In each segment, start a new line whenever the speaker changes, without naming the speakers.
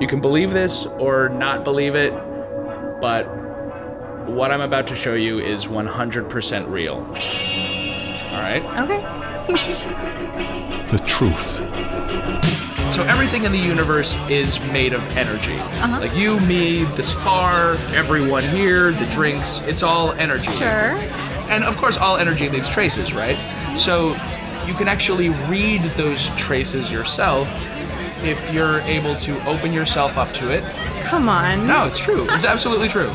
You can believe this or not believe it, but what I'm about to show you is 100% real. All right?
Okay.
The truth.
So everything in the universe is made of energy. Like you, me, this bar, everyone here, the drinks, it's all energy.
Sure.
And of course, all energy leaves traces, right? So you can actually read those traces yourself if you're able to open yourself up to it.
Come on.
No, it's true. It's absolutely true.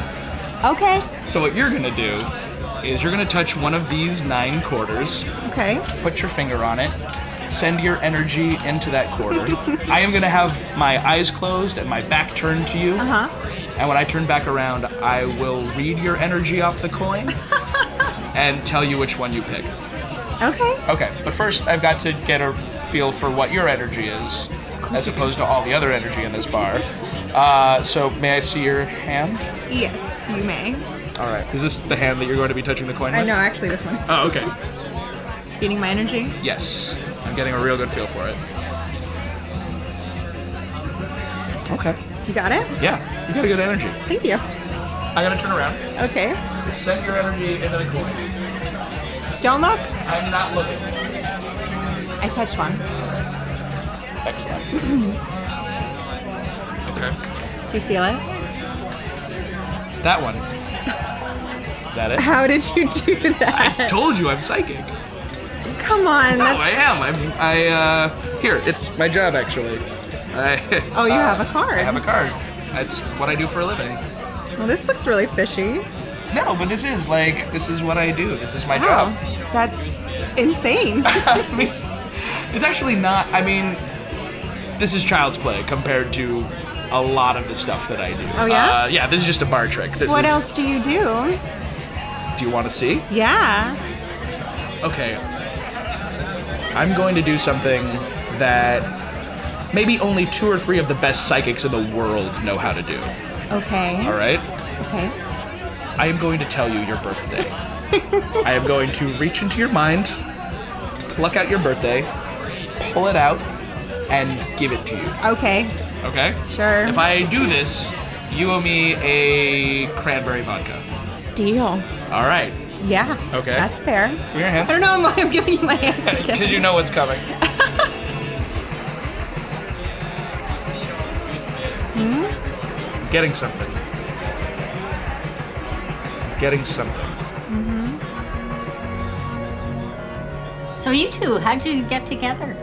Okay.
So what you're gonna do is you're gonna touch one of these nine quarters,
Okay.
put your finger on it, send your energy into that quarter. I am gonna have my eyes closed and my back turned to you.
Uh
Uh-huh.
huh.
And when I turn back around, I will read your energy off the coin and tell you which one you pick.
Okay.
Okay, but first I've got to get a feel for what your energy is, as opposed to all the other energy in this bar. Uh, so may I see your hand?
Yes, you may.
All right. Is this the hand that you're going to be touching the coin
I
with?
know, actually, this one's
Oh, okay.
getting my energy.
Yes, I'm getting a real good feel for it. Okay.
You got it?
Yeah, you got a good energy.
Thank you.
I gotta turn around.
Okay.
Send your energy into the coin.
Don't look.
I'm not looking.
I touched one.
Excellent. okay.
Do you feel it?
It's that one. Is that it?
How did you do that?
Told you I'm psychic.
Come on.
No, I
That's,
am. I'm. I uh. Here, it's my job actually. I,
oh, you have a
I
card.
have a card. That's what I do for a living.
Well, this looks really fishy.
No, but this is like this is what I do. This is my
Wow.
job.
That's insane.
I mean, it's actually not. I mean, this is child's play compared to a lot of the stuff that I do.
Oh, yeah?
Uh, yeah. This is just a bar trick. This
what
is-
else do you do?
Do you want to see?
Yeah.
okay, I'm going to do something that maybe only two or three of the best psychics in the world know how to do.
Okay.
All right?
Okay.
I am going to tell you your birthday. I am going to reach into your mind, pluck out your birthday, pull it out, and give it to you.
Okay.
Okay?
Sure.
If I do this, you owe me a cranberry vodka.
Deal.
All right.
Yeah.
Okay.
That's fair.
Your
I
hands.
don't know why I'm giving you my answer.
Because you know what's coming. Getting something. Getting something.
So you two, how'd you get together?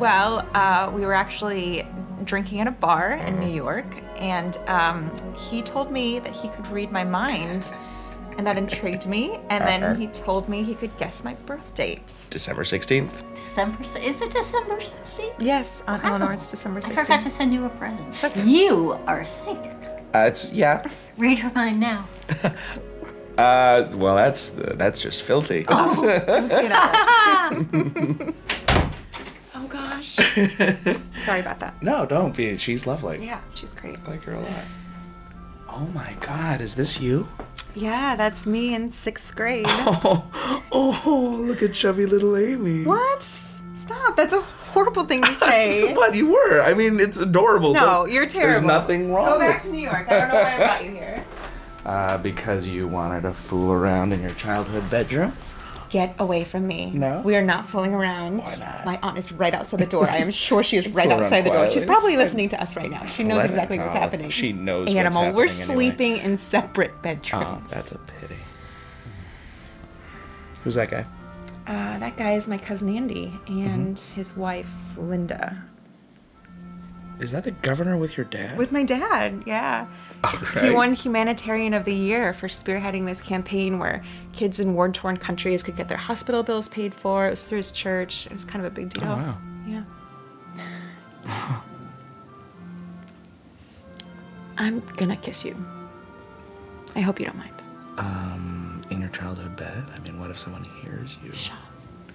Well, uh, we were actually drinking at a bar in New York, and um, he told me that he could read my mind, and that intrigued me. And then he told me he could guess my birth date.
December 16th.
December si- is it December 16th?
Yes, on Eleanor, it's December
I forgot
16th.
to send you a present. You are psychic.
Uh, it's yeah.
Read her mind now.
Uh, well, that's that's just filthy.
Oh gosh. Sorry about that.
No, don't be. She's lovely.
Yeah, she's great.
I like her a lot. Oh my God, is this you?
Yeah, that's me in sixth grade.
Oh, oh, look at chubby little Amy.
What? Stop. That's a horrible thing to say.
What you were? I mean, it's adorable.
No,
Look,
you're
There's
terrible.
nothing wrong.
Go back
with-
to New York. I don't know why I brought you here.
Uh, because you wanted to fool around in your childhood bedroom.
Get away from me.
No?
We are not fooling around. Why
not?
My aunt is right outside the door. I am sure she is right
Fool around
outside the door.
quietly.
She's probably listening to us right now. She knows
Let it
exactly what's
go.
happening.
She knows what's
Animal, we're
happening anyway.
sleeping in separate
Oh,
bedrooms.
that's a pity. Who's that guy?
uh, that guy is my cousin Andy and
Mm-hmm.
his wife Linda.
Is that the governor with your dad? Oh,
With my dad, yeah. He
Right.
won Humanitarian of the Year for spearheading this campaign where kids in war torn countries could get their hospital bills paid for. It was through his church. It was kind of a big deal.
Oh, wow.
Yeah. I'm gonna kiss you. I hope you don't mind.
Um, in your childhood bed. I mean, what if someone hears you?
Shut up.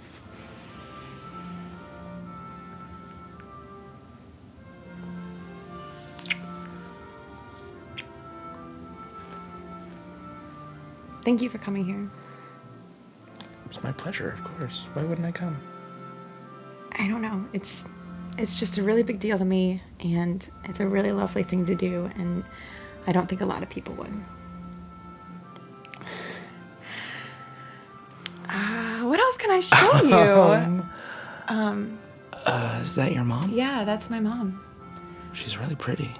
Thank you for coming here.
It's my pleasure, of course. Why wouldn't I come?
I don't know. It's
it's just a really big deal to me, and it's a really lovely thing to do, and I don't think a lot of people would. Ah, what else can I show you?
Um,
Um,
Uh, is that your mom?
yeah, that's my mom.
She's really pretty.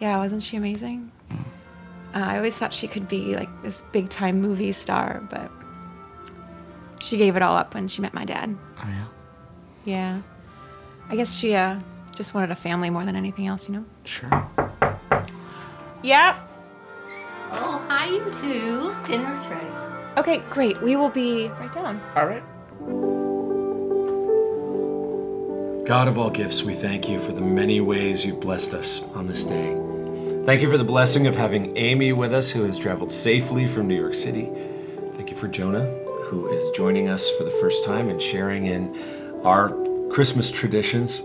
Yeah, wasn't she amazing? Uh, I always thought she could be like this big time movie star, but she gave it all up when she met my dad.
Oh yeah.
Yeah. I guess she uh, just wanted a family more than anything else, you know?
Sure.
Yep.
Oh, hi, you two. Dinner's ready.
Okay, great. We will be right down.
All right.
God of all gifts, we thank you for the many ways you've blessed us on this day. Thank you for the blessing of having Amy with us, who has traveled safely from New York City. Thank you for Jonah, who is joining us for the first time and sharing in our Christmas traditions.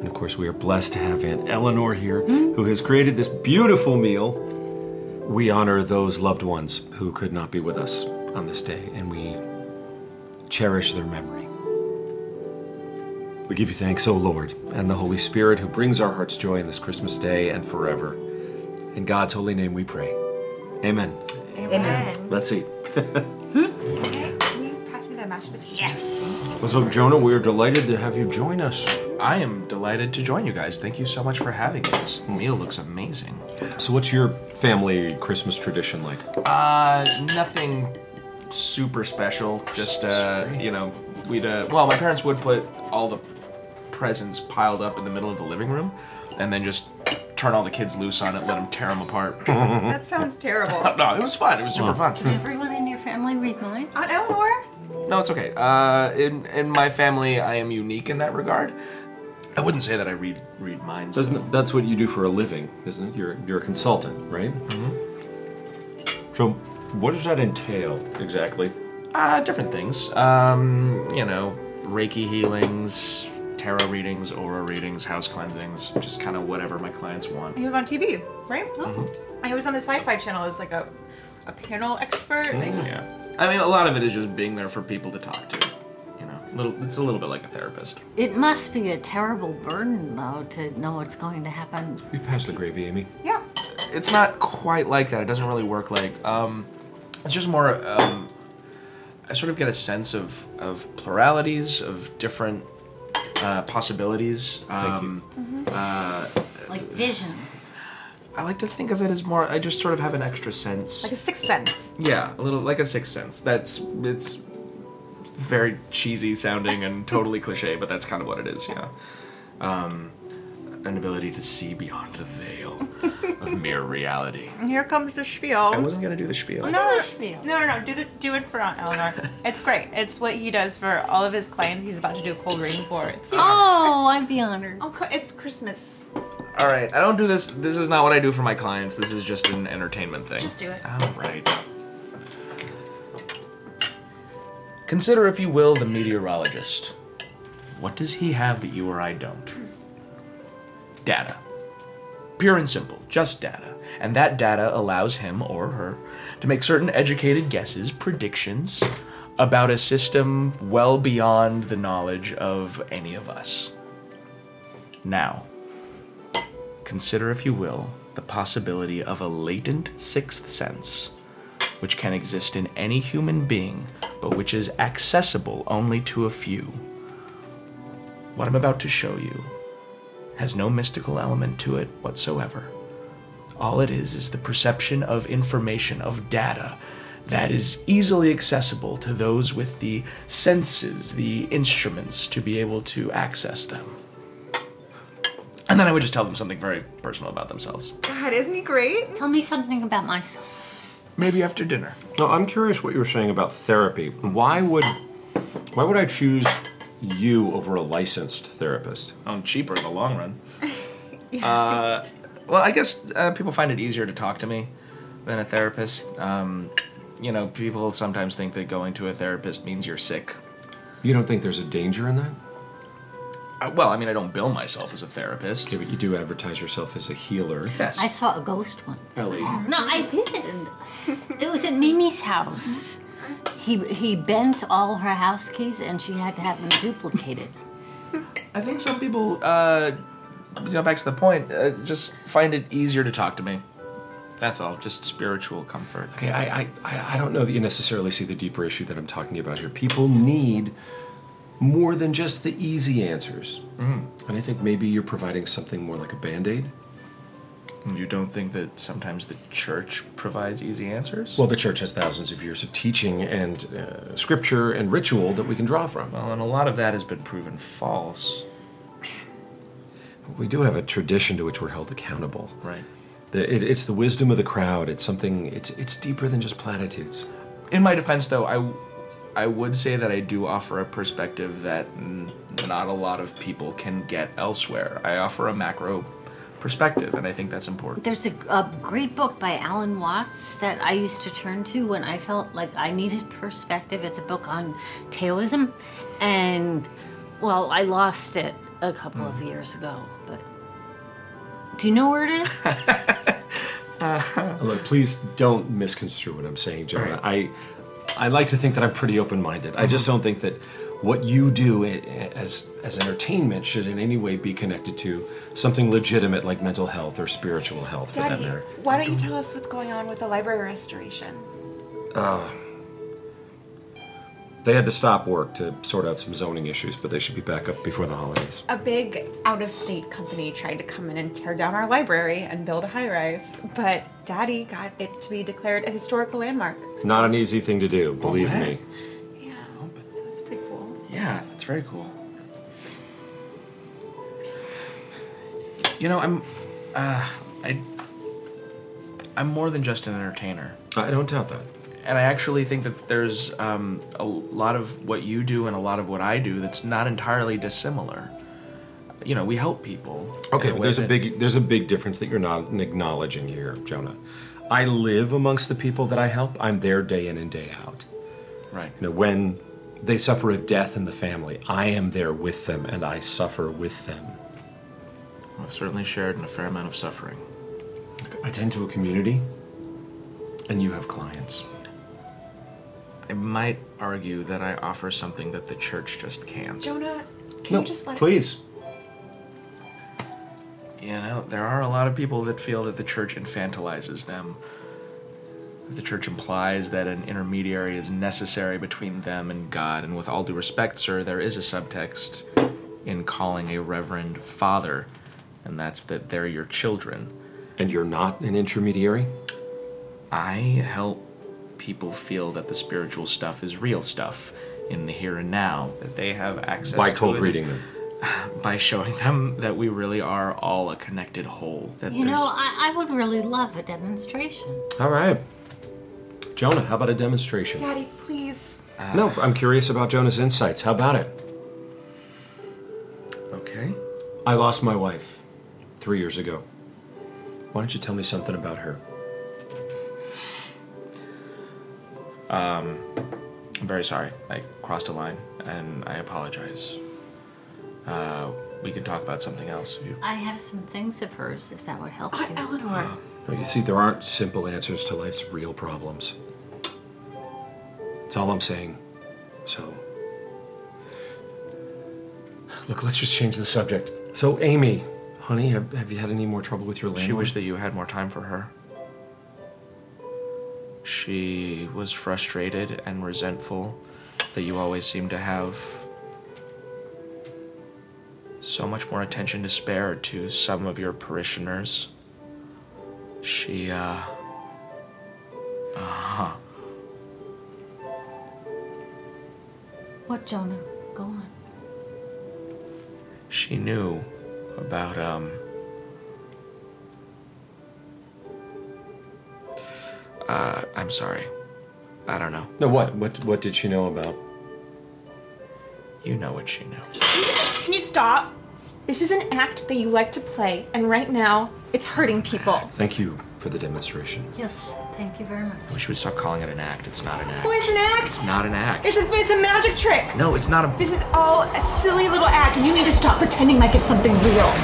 And of course, we are blessed to have Aunt Eleanor here, who has created this beautiful meal. We honor those loved ones who could not be with us on this day, and we cherish their memory. We give you thanks, O Lord, and the Holy Spirit who brings our hearts joy in this Christmas day and forever. In God's holy name we pray. Amen.
Amen.
Let's eat.
Can you pass me that mashed potato?
So, Jonah, we are delighted to have you join us.
I am delighted to join you guys. Thank you so much for having me. This meal looks amazing.
So, what's your family Christmas tradition like?
Uh, nothing super special. Just uh, you know, we'd uh, well, my parents would put all the presents piled up in the middle of the living room, and then just turn all the kids loose on it, let them tear them apart.
That sounds terrible.
no, it was fun. It was super fun.
Everyone in your family reunites.
Aunt Eleanor?
No, it's okay. Uh, in in my family, I am unique in that regard. I wouldn't say that I read read minds.
Doesn't that's what you do for a living, isn't it? You're you're a consultant, right? Mm-hmm. So, what does that entail exactly?
Uh, different things. Um, you know, Reiki healings, tarot readings, aura readings, house cleansings, just kind of whatever my clients want.
He was on TV, right?
Mm-hmm.
He was on the Sci Fi Channel as like a, a panel expert. Like,
Yeah. I mean, a lot of it is just being there for people to talk to. You know, little. It's a little bit like a therapist.
It must be a terrible burden, though, to know what's going to happen.
You pass the gravy, Amy.
yeah.
It's not quite like that. It doesn't really work like. Um, it's just more. Um, I sort of get a sense of of pluralities of different uh, possibilities. Um,
Like visions.
I like to think of it as more. I just sort of have an extra sense.
Like a sixth sense.
Yeah, a little like a sixth sense. That's it's very cheesy sounding and totally cliche, but that's kind of what it is. Yeah, um, an ability to see beyond the veil of mere reality.
And here comes the
I
spiel.
wasn't gonna do the spiel.
No,
spiel.
no, no, no. Do the do it for Aunt Eleanor. it's great. It's what he does for all of his clients. He's about to do a cold reading for. It's
Oh, I'd be honored.
Oh, co- it's Christmas.
All right, I don't do this. This is not what I do for my clients. This is just an entertainment thing.
Just do it.
All right. Consider, if you will, the meteorologist. What does he have that you or I don't? Data. Pure and simple, just data. And that data allows him or her to make certain educated guesses, predictions about a system well beyond the knowledge of any of us. Now, consider, if you will, the possibility of a latent sixth sense, which can exist in any human being, but which is accessible only to a few. What I'm about to show you has no mystical element to it whatsoever. All it is is the perception of information, of data, that is easily accessible to those with the senses, the instruments to be able to access them. And then I would just tell them something very personal about themselves.
God, isn't he great?
Tell me something about myself.
Maybe after dinner.
Now, I'm curious what you were saying about therapy. Why would why would I choose you over a licensed therapist?
I'm Um, cheaper in the long run. uh, well, I guess uh, people find it easier to talk to me than a therapist. Um, you know, people sometimes think that going to a therapist means you're sick.
You don't think there's a danger in that?
Uh, well, I mean, I don't bill myself as a therapist.
Yeah, but you do advertise yourself as a healer.
Yes.
I saw a ghost once.
Ellie.
No, I didn't. It was at Mimi's house. He he bent all her house keys, and she had to have them duplicated.
I think some people, uh, you know, back to the point, uh, just find it easier to talk to me. That's all. Just spiritual comfort.
Okay, I, I, I I don't know that you necessarily see the deeper issue that I'm talking about here. People need more than just the easy answers. And I think maybe you're providing something more like a band aid.
You don't think that sometimes the church provides easy answers?
Well, the church has thousands of years of teaching and uh, scripture and ritual that we can draw from.
well, and a lot of that has been proven false.
We do have a tradition to which we're held accountable.
Right.
The, it, it's the wisdom of the crowd. It's something. It's it's deeper than just platitudes.
In my defense, though, I, I would say that I do offer a perspective that n- not a lot of people can get elsewhere. I offer a macro perspective, and I think that's important.
There's a, a great book by Alan Watts that I used to turn to when I felt like I needed perspective. It's a book on Taoism, and well, I lost it a couple of years ago. But do you know where it is?
Look, please don't misconstrue what I'm saying, Jonah. I I like to think that I'm pretty open-minded. I just don't think that what you do i- i- as as entertainment should in any way be connected to something legitimate like mental health or spiritual health for that
Daddy,
matter.
why don't you tell us what's going on with the library restoration?
They had to stop work to sort out some zoning issues, but they should be back up before the holidays.
A big out of state company tried to come in and tear down our library and build a high rise, but Daddy got it to be declared a historical landmark. So
Not an easy thing to do, believe me.
that's pretty cool.
Yeah, that's very cool. You know, I'm, uh, I, I'm more than just an entertainer.
I don't doubt that.
and I actually think that there's um, a lot of what you do and a lot of what I do that's not entirely dissimilar. You know, we help people.
Okay,
in
but
way
there's a
that-
big there's a big difference that you're not acknowledging here, Jonah. I live amongst the people that I help. I'm there day in and day out.
right.
You know, when they suffer a death in the family, I am there with them and I suffer with them.
I've certainly shared in a fair amount of suffering.
I tend to a community and you have clients.
I might argue that I offer something that the church just can't.
Jonah, can you just let
please.
You know, there are a lot of people that feel that the church infantilizes them. That The church implies that an intermediary is necessary between them and God, and with all due respect, sir, there is a subtext in calling a reverend father, and that's that they're your children.
And you're not an intermediary?
I help people feel that the spiritual stuff is real stuff in the here and now, that they have access
By
to
cold
it,
reading them.
by showing them that we really are all a connected whole. That
You
there's-
know, I, I would really love a demonstration.
All right. Jonah, how about a demonstration?
Daddy, please.
no, I'm curious about Jonah's insights. How about it?
okay.
I lost my wife three years ago. Why don't you tell me something about her?
I'm very sorry. I crossed a line, and I apologize. Uh, we can talk about something else if you.
I have some things of hers, if that would help you.
Eleanor.
No, you see, there aren't simple answers to life's real problems. That's all I'm saying. So, look, let's just change the subject. So, Amy, honey, have, have you had any more trouble with your landlord?
She wished that you had more time for her. She was frustrated and resentful that you always seemed to have so much more attention to spare to some of your parishioners. She, uh. Uh huh.
What, Jonah? Go on.
she knew about um uh I'm sorry. I don't know.
No, what? What? What did she know about?
You know what she knew.
Can you stop? This is an act that you like to play, and right now it's hurting people.
Thank you for the demonstration.
Yes, thank you very much.
I wish you would stop calling it an act. It's not an act.
Oh, it's an act!
Not an act.
It's a, it's a magic trick!
no, it's not a
This is all a silly little act, and you need to stop pretending like it's something real.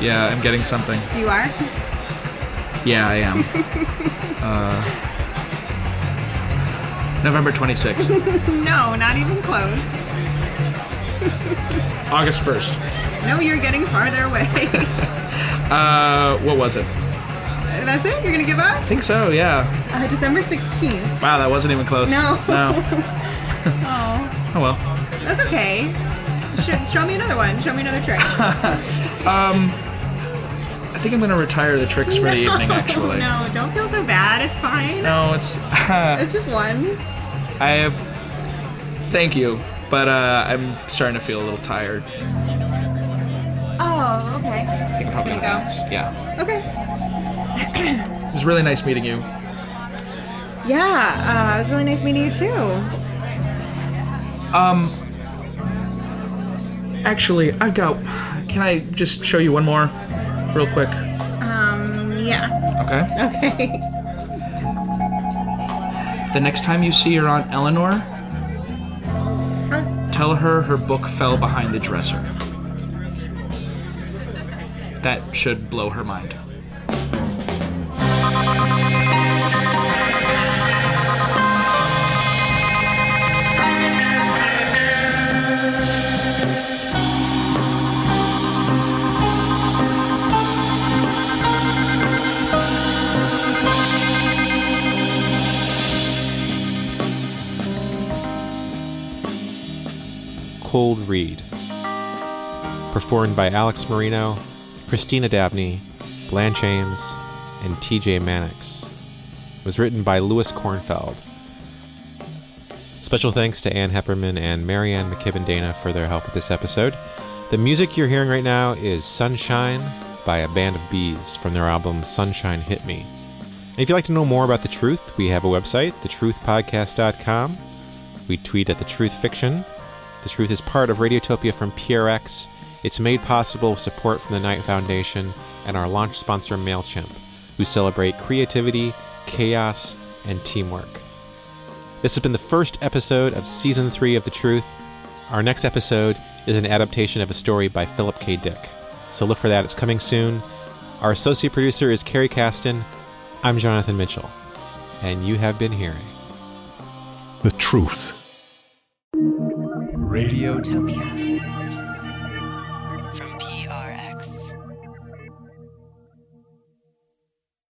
Yeah, I'm getting something.
You are?
Yeah, I am.
Uh, November 26th,
No, not even close.
August 1st.
No, you're getting farther away.
Uh, what was it? I
That's it? You're going to give up?
think so, yeah.
Uh, December 16th.
Wow, that wasn't even close.
No.
No.
Oh,
Oh well.
that's okay. Sh- show me another one. Show me another trick.
I think I'm gonna retire the tricks for the evening actually.
No, don't feel so bad. It's fine.
No, it's
It's just one.
I thank you, but uh, I'm starting to feel a little tired.
Oh, okay.
I think I'm probably gonna
go.
bounce. Yeah.
Okay.
It was really nice meeting you.
Yeah, uh, it was really nice meeting you too.
Actually, I've got. Can I just show you one more, real quick?
Um, yeah.
Okay.
Okay.
The next time you see your Aunt Eleanor, tell her her book fell behind the dresser. That should blow her mind.
Cold Read. Performed by Alex Marino, Christina Dabney, Blanche Ames, and TJ Mannix. Was written by Lewis Kornfeld. Special thanks to Ann Hepperman and Marianne McKibben Dana for their help with this episode. The music you're hearing right now is Sunshine by a band of bees from their album Sunshine Hit Me. And if you'd like to know more about The Truth, we have a website, thetruthpodcast.com. We tweet at The Truth Fiction, the Truth is part of Radiotopia from PRX. It's made possible with support from the Knight Foundation and our launch sponsor MailChimp, who celebrate creativity, chaos, and teamwork. This has been the first episode of Season 3 of The Truth. Our next episode is an adaptation of a story by Philip K. Dick. So look for that, it's coming soon. Our associate producer is Carrie Caston. I'm Jonathan Mitchell, and you have been hearing.
The truth.
Radiotopia.